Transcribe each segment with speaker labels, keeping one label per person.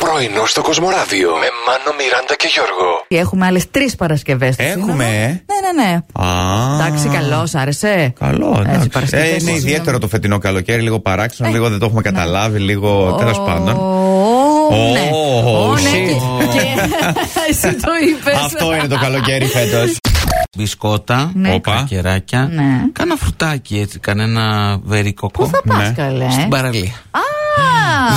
Speaker 1: Πρωινό στο Κοσμοράδιο με Μάνο, Μιράντα και Γιώργο.
Speaker 2: Έχουμε άλλες τρεις Παρασκευές.
Speaker 3: Έχουμε, ε.
Speaker 2: Ναι, ναι, ναι.
Speaker 3: Α.
Speaker 2: Εντάξει, καλό, σ' άρεσε.
Speaker 3: Καλό,
Speaker 2: Έτσι, Ε.
Speaker 3: εντάξει.
Speaker 2: Παρασκευές,
Speaker 3: Ε, είναι
Speaker 2: συγγνώμη.
Speaker 3: ιδιαίτερο το φετινό καλοκαίρι, λίγο παράξενο, λίγο δεν το
Speaker 2: Ναι.
Speaker 3: έχουμε καταλάβει, λίγο τέλος πάντων.
Speaker 2: Ω, ναι.
Speaker 3: Ω,
Speaker 2: Ω, ναι.
Speaker 3: shit.
Speaker 2: και- και- Εσύ το είπες.
Speaker 3: Αυτό είναι το καλοκαίρι φέτος.
Speaker 4: μπισκότα,
Speaker 2: Ναι.
Speaker 3: Όπα.
Speaker 4: κεράκια.
Speaker 2: Ναι.
Speaker 4: Κάνα φρουτάκι έτσι, κανένα βερικοκό.
Speaker 2: Πού θα πα,
Speaker 3: Ναι.
Speaker 2: καλέ.
Speaker 4: Στην παραλία.
Speaker 2: Α,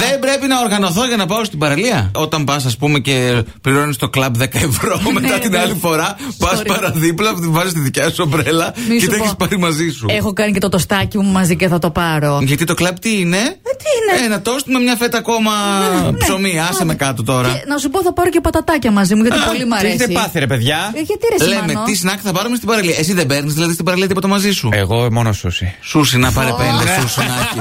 Speaker 4: Δεν πρέπει να οργανωθώ για να πάω στην παραλία. Όταν πας, ας πούμε, και πληρώνεις το κλαμπ 10 ευρώ,
Speaker 2: Ναι,
Speaker 4: μετά την άλλη φορά πας παραδίπλα, βάζει τη δικιά σου ομπρέλα
Speaker 2: μη
Speaker 4: και
Speaker 2: σου
Speaker 4: τα έχει
Speaker 2: πω. Ε,
Speaker 4: πάρει μαζί σου.
Speaker 2: Έχω κάνει και το τοστάκι μου μαζί και θα το πάρω.
Speaker 3: Ναι,
Speaker 4: Γιατί το κλαμπ τι είναι.
Speaker 2: Ε,
Speaker 4: Ε,
Speaker 2: τι είναι? Ναι,
Speaker 4: Ένα τόστ με μια φέτα ακόμα ψωμί. Άσε με κάτω τώρα.
Speaker 2: Και να σου πω, θα πάρω και πατατάκια μαζί μου γιατί
Speaker 4: Α,
Speaker 2: πολύ μου
Speaker 3: Τι
Speaker 2: αρέσει.
Speaker 3: έχετε πάθει, ρε παιδιά.
Speaker 2: Ε, Γιατί ρε
Speaker 4: Λέμε
Speaker 2: Σιμάνο?
Speaker 4: τι σνακ θα πάρουμε στην παραλία. Εσύ δεν παίρνεις δηλαδή στην παραλία τίποτα μαζί σου.
Speaker 3: Εγώ μόνο σούσι.
Speaker 4: Σούσι να πάρε πέντε, Σούσινάκη.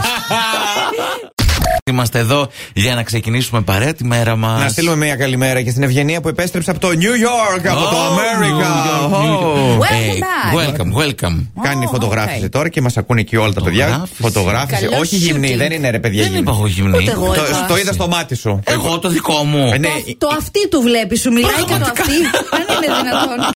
Speaker 4: Είμαστε εδώ για να ξεκινήσουμε παρέα τη μέρα μας.
Speaker 3: Να στείλουμε μια καλημέρα και στην Ευγενία που επέστρεψε από το New York, από το
Speaker 4: Oh,
Speaker 3: Αμέρικα.
Speaker 4: New York, New
Speaker 3: Oh.
Speaker 4: York.
Speaker 2: Welcome
Speaker 4: Ε,
Speaker 2: back.
Speaker 4: Welcome, welcome.
Speaker 3: Κάνει
Speaker 2: Oh,
Speaker 3: φωτογράφηση
Speaker 2: okay.
Speaker 3: τώρα και μας ακούνε και όλα τα παιδιά.
Speaker 4: Φωτογράφηση.
Speaker 3: Φωτογράφηση.
Speaker 2: Καλό
Speaker 3: Όχι γυμνή,
Speaker 2: shooting.
Speaker 3: δεν είναι ρε παιδιά.
Speaker 4: Δεν
Speaker 3: γυμνή.
Speaker 4: είπα εγώ γυμνή.
Speaker 2: Ούτε εγώ.
Speaker 3: Το-
Speaker 2: είπα.
Speaker 3: Το είδα στο μάτι σου.
Speaker 4: Εγώ το δικό μου.
Speaker 3: Ε, ναι,
Speaker 2: Το- Το αυτή του βλέπεις, σου μιλάει και το
Speaker 4: Πραγματικά.
Speaker 2: αυτή. Δεν είναι δυνατόν.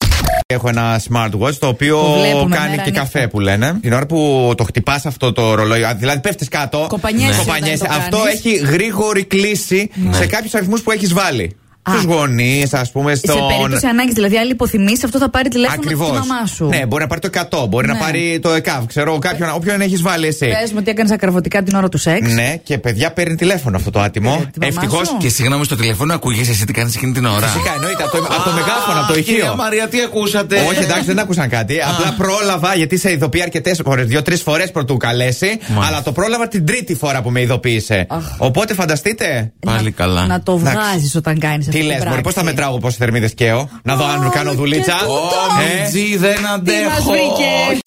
Speaker 3: Έχω ένα smartwatch το οποίο
Speaker 2: Το βλέπουμε
Speaker 3: κάνει
Speaker 2: μέρα
Speaker 3: και
Speaker 2: νύχτα.
Speaker 3: καφέ που λένε. Την ώρα που το χτυπάς αυτό το ρολόι, α, δηλαδή πέφτεις κάτω.
Speaker 2: Κοπανιέσαι όταν
Speaker 3: κοπανιέσαι.
Speaker 2: το
Speaker 3: Αυτό
Speaker 2: κάνεις. Ναι.
Speaker 3: έχει γρήγορη κλίση σε κάποιους αριθμούς που έχεις βάλει.
Speaker 2: Α.
Speaker 3: Στους γονείς, ας πούμε,
Speaker 2: Σε
Speaker 3: στον.
Speaker 2: περίπτωση ανάγκης, δηλαδή, αν υποθυμεί, αυτό θα πάρει τηλέφωνο
Speaker 3: ναι. Ακριβώς.
Speaker 2: από τη μαμά σου.
Speaker 3: Ναι, μπορεί να πάρει το 100, μπορεί να
Speaker 2: Ναι.
Speaker 3: πάρει το ΕΚΑΒ, ξέρω κάποιον, όποιον έχεις βάλει εσύ.
Speaker 4: Ε.
Speaker 2: Πες μου τι έκανε ακραβωτικά την ώρα του σεξ.
Speaker 3: Ναι, και παιδιά παίρνει τηλέφωνο αυτό το
Speaker 2: Ε,
Speaker 3: άτιμο.
Speaker 2: τη μαμά
Speaker 3: Ευτυχώς.
Speaker 2: σου.
Speaker 4: Και συγγνώμη στο τηλέφωνό, ακούγες εσύ τι κάνεις εκείνη την ώρα.
Speaker 3: Φυσικά εννοείται από το, από το μεγάφωνο, από το
Speaker 4: Α, κυρία
Speaker 3: ηχείο.
Speaker 4: Μαρία, τι ακούσατε.
Speaker 3: Όχι, εντάξει, δεν άκουσαν κάτι. Απλά πρόλαβα, γιατί σε ειδοποιεί αρκετές φορές, δύο-τρει φορές πρωτού καλέσει.
Speaker 4: Μάλιστα.
Speaker 3: Αλλά το πρόλαβα την τρίτη φορά που με ειδοποίησε.
Speaker 2: Αχ.
Speaker 3: Οπότε φανταστείτε.
Speaker 4: Πάλι καλά.
Speaker 2: Να το
Speaker 3: Εντάξει.
Speaker 2: βγάζεις όταν κάνεις αυτό.
Speaker 3: Τι λες, Μωρή, πώς θα μετράω εγώ πόσες θερμίδες καίω. Να δω αν
Speaker 2: Ω,
Speaker 3: κάνω
Speaker 2: και
Speaker 3: δουλίτσα.
Speaker 2: το-
Speaker 3: Ε,
Speaker 4: Μιτζή, δεν αντέχω.
Speaker 2: βρήκε.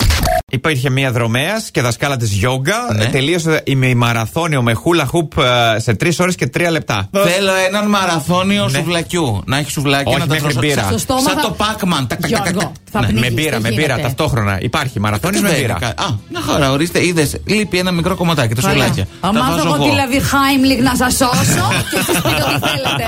Speaker 3: Υπήρχε μία δρομέας και δασκάλα της Γιόγκα.
Speaker 4: Ναι.
Speaker 3: Ε, Τελείωσε η- με μαραθώνιο με χούλα χουπ ε, σε 3 ώρες και 3 λεπτά.
Speaker 4: Θέλω έναν μαραθώνιο σουβλακιού. Να έχει σουβλάκι
Speaker 3: Όχι,
Speaker 4: να τα
Speaker 3: μέχρι
Speaker 4: τρως-
Speaker 3: μπύρα.
Speaker 2: Στο στόμα
Speaker 4: Σαν
Speaker 2: θα-
Speaker 4: το Pacman. Τακ, τακ, τακ, τακ.
Speaker 2: Γιώργο, θα
Speaker 3: Ναι, με
Speaker 2: πνίγεις,
Speaker 3: μπύρα,
Speaker 2: δεν
Speaker 3: με μπύρα
Speaker 2: γίνεται. Ε,
Speaker 3: ταυτόχρονα. Υπάρχει μαραθώνιος με
Speaker 4: Δεν
Speaker 3: μπύρα.
Speaker 4: κα- Α, μια χαρά, ορίστε. Είδες, λείπει ένα μικρό κομματάκι, τα σουβλάκια. Τα
Speaker 2: Αμά
Speaker 4: βάζω
Speaker 2: θα εγώ τη Λαβιχάιμλικ να σας σώσω και εσεί πείτε ό,τι θέλετε.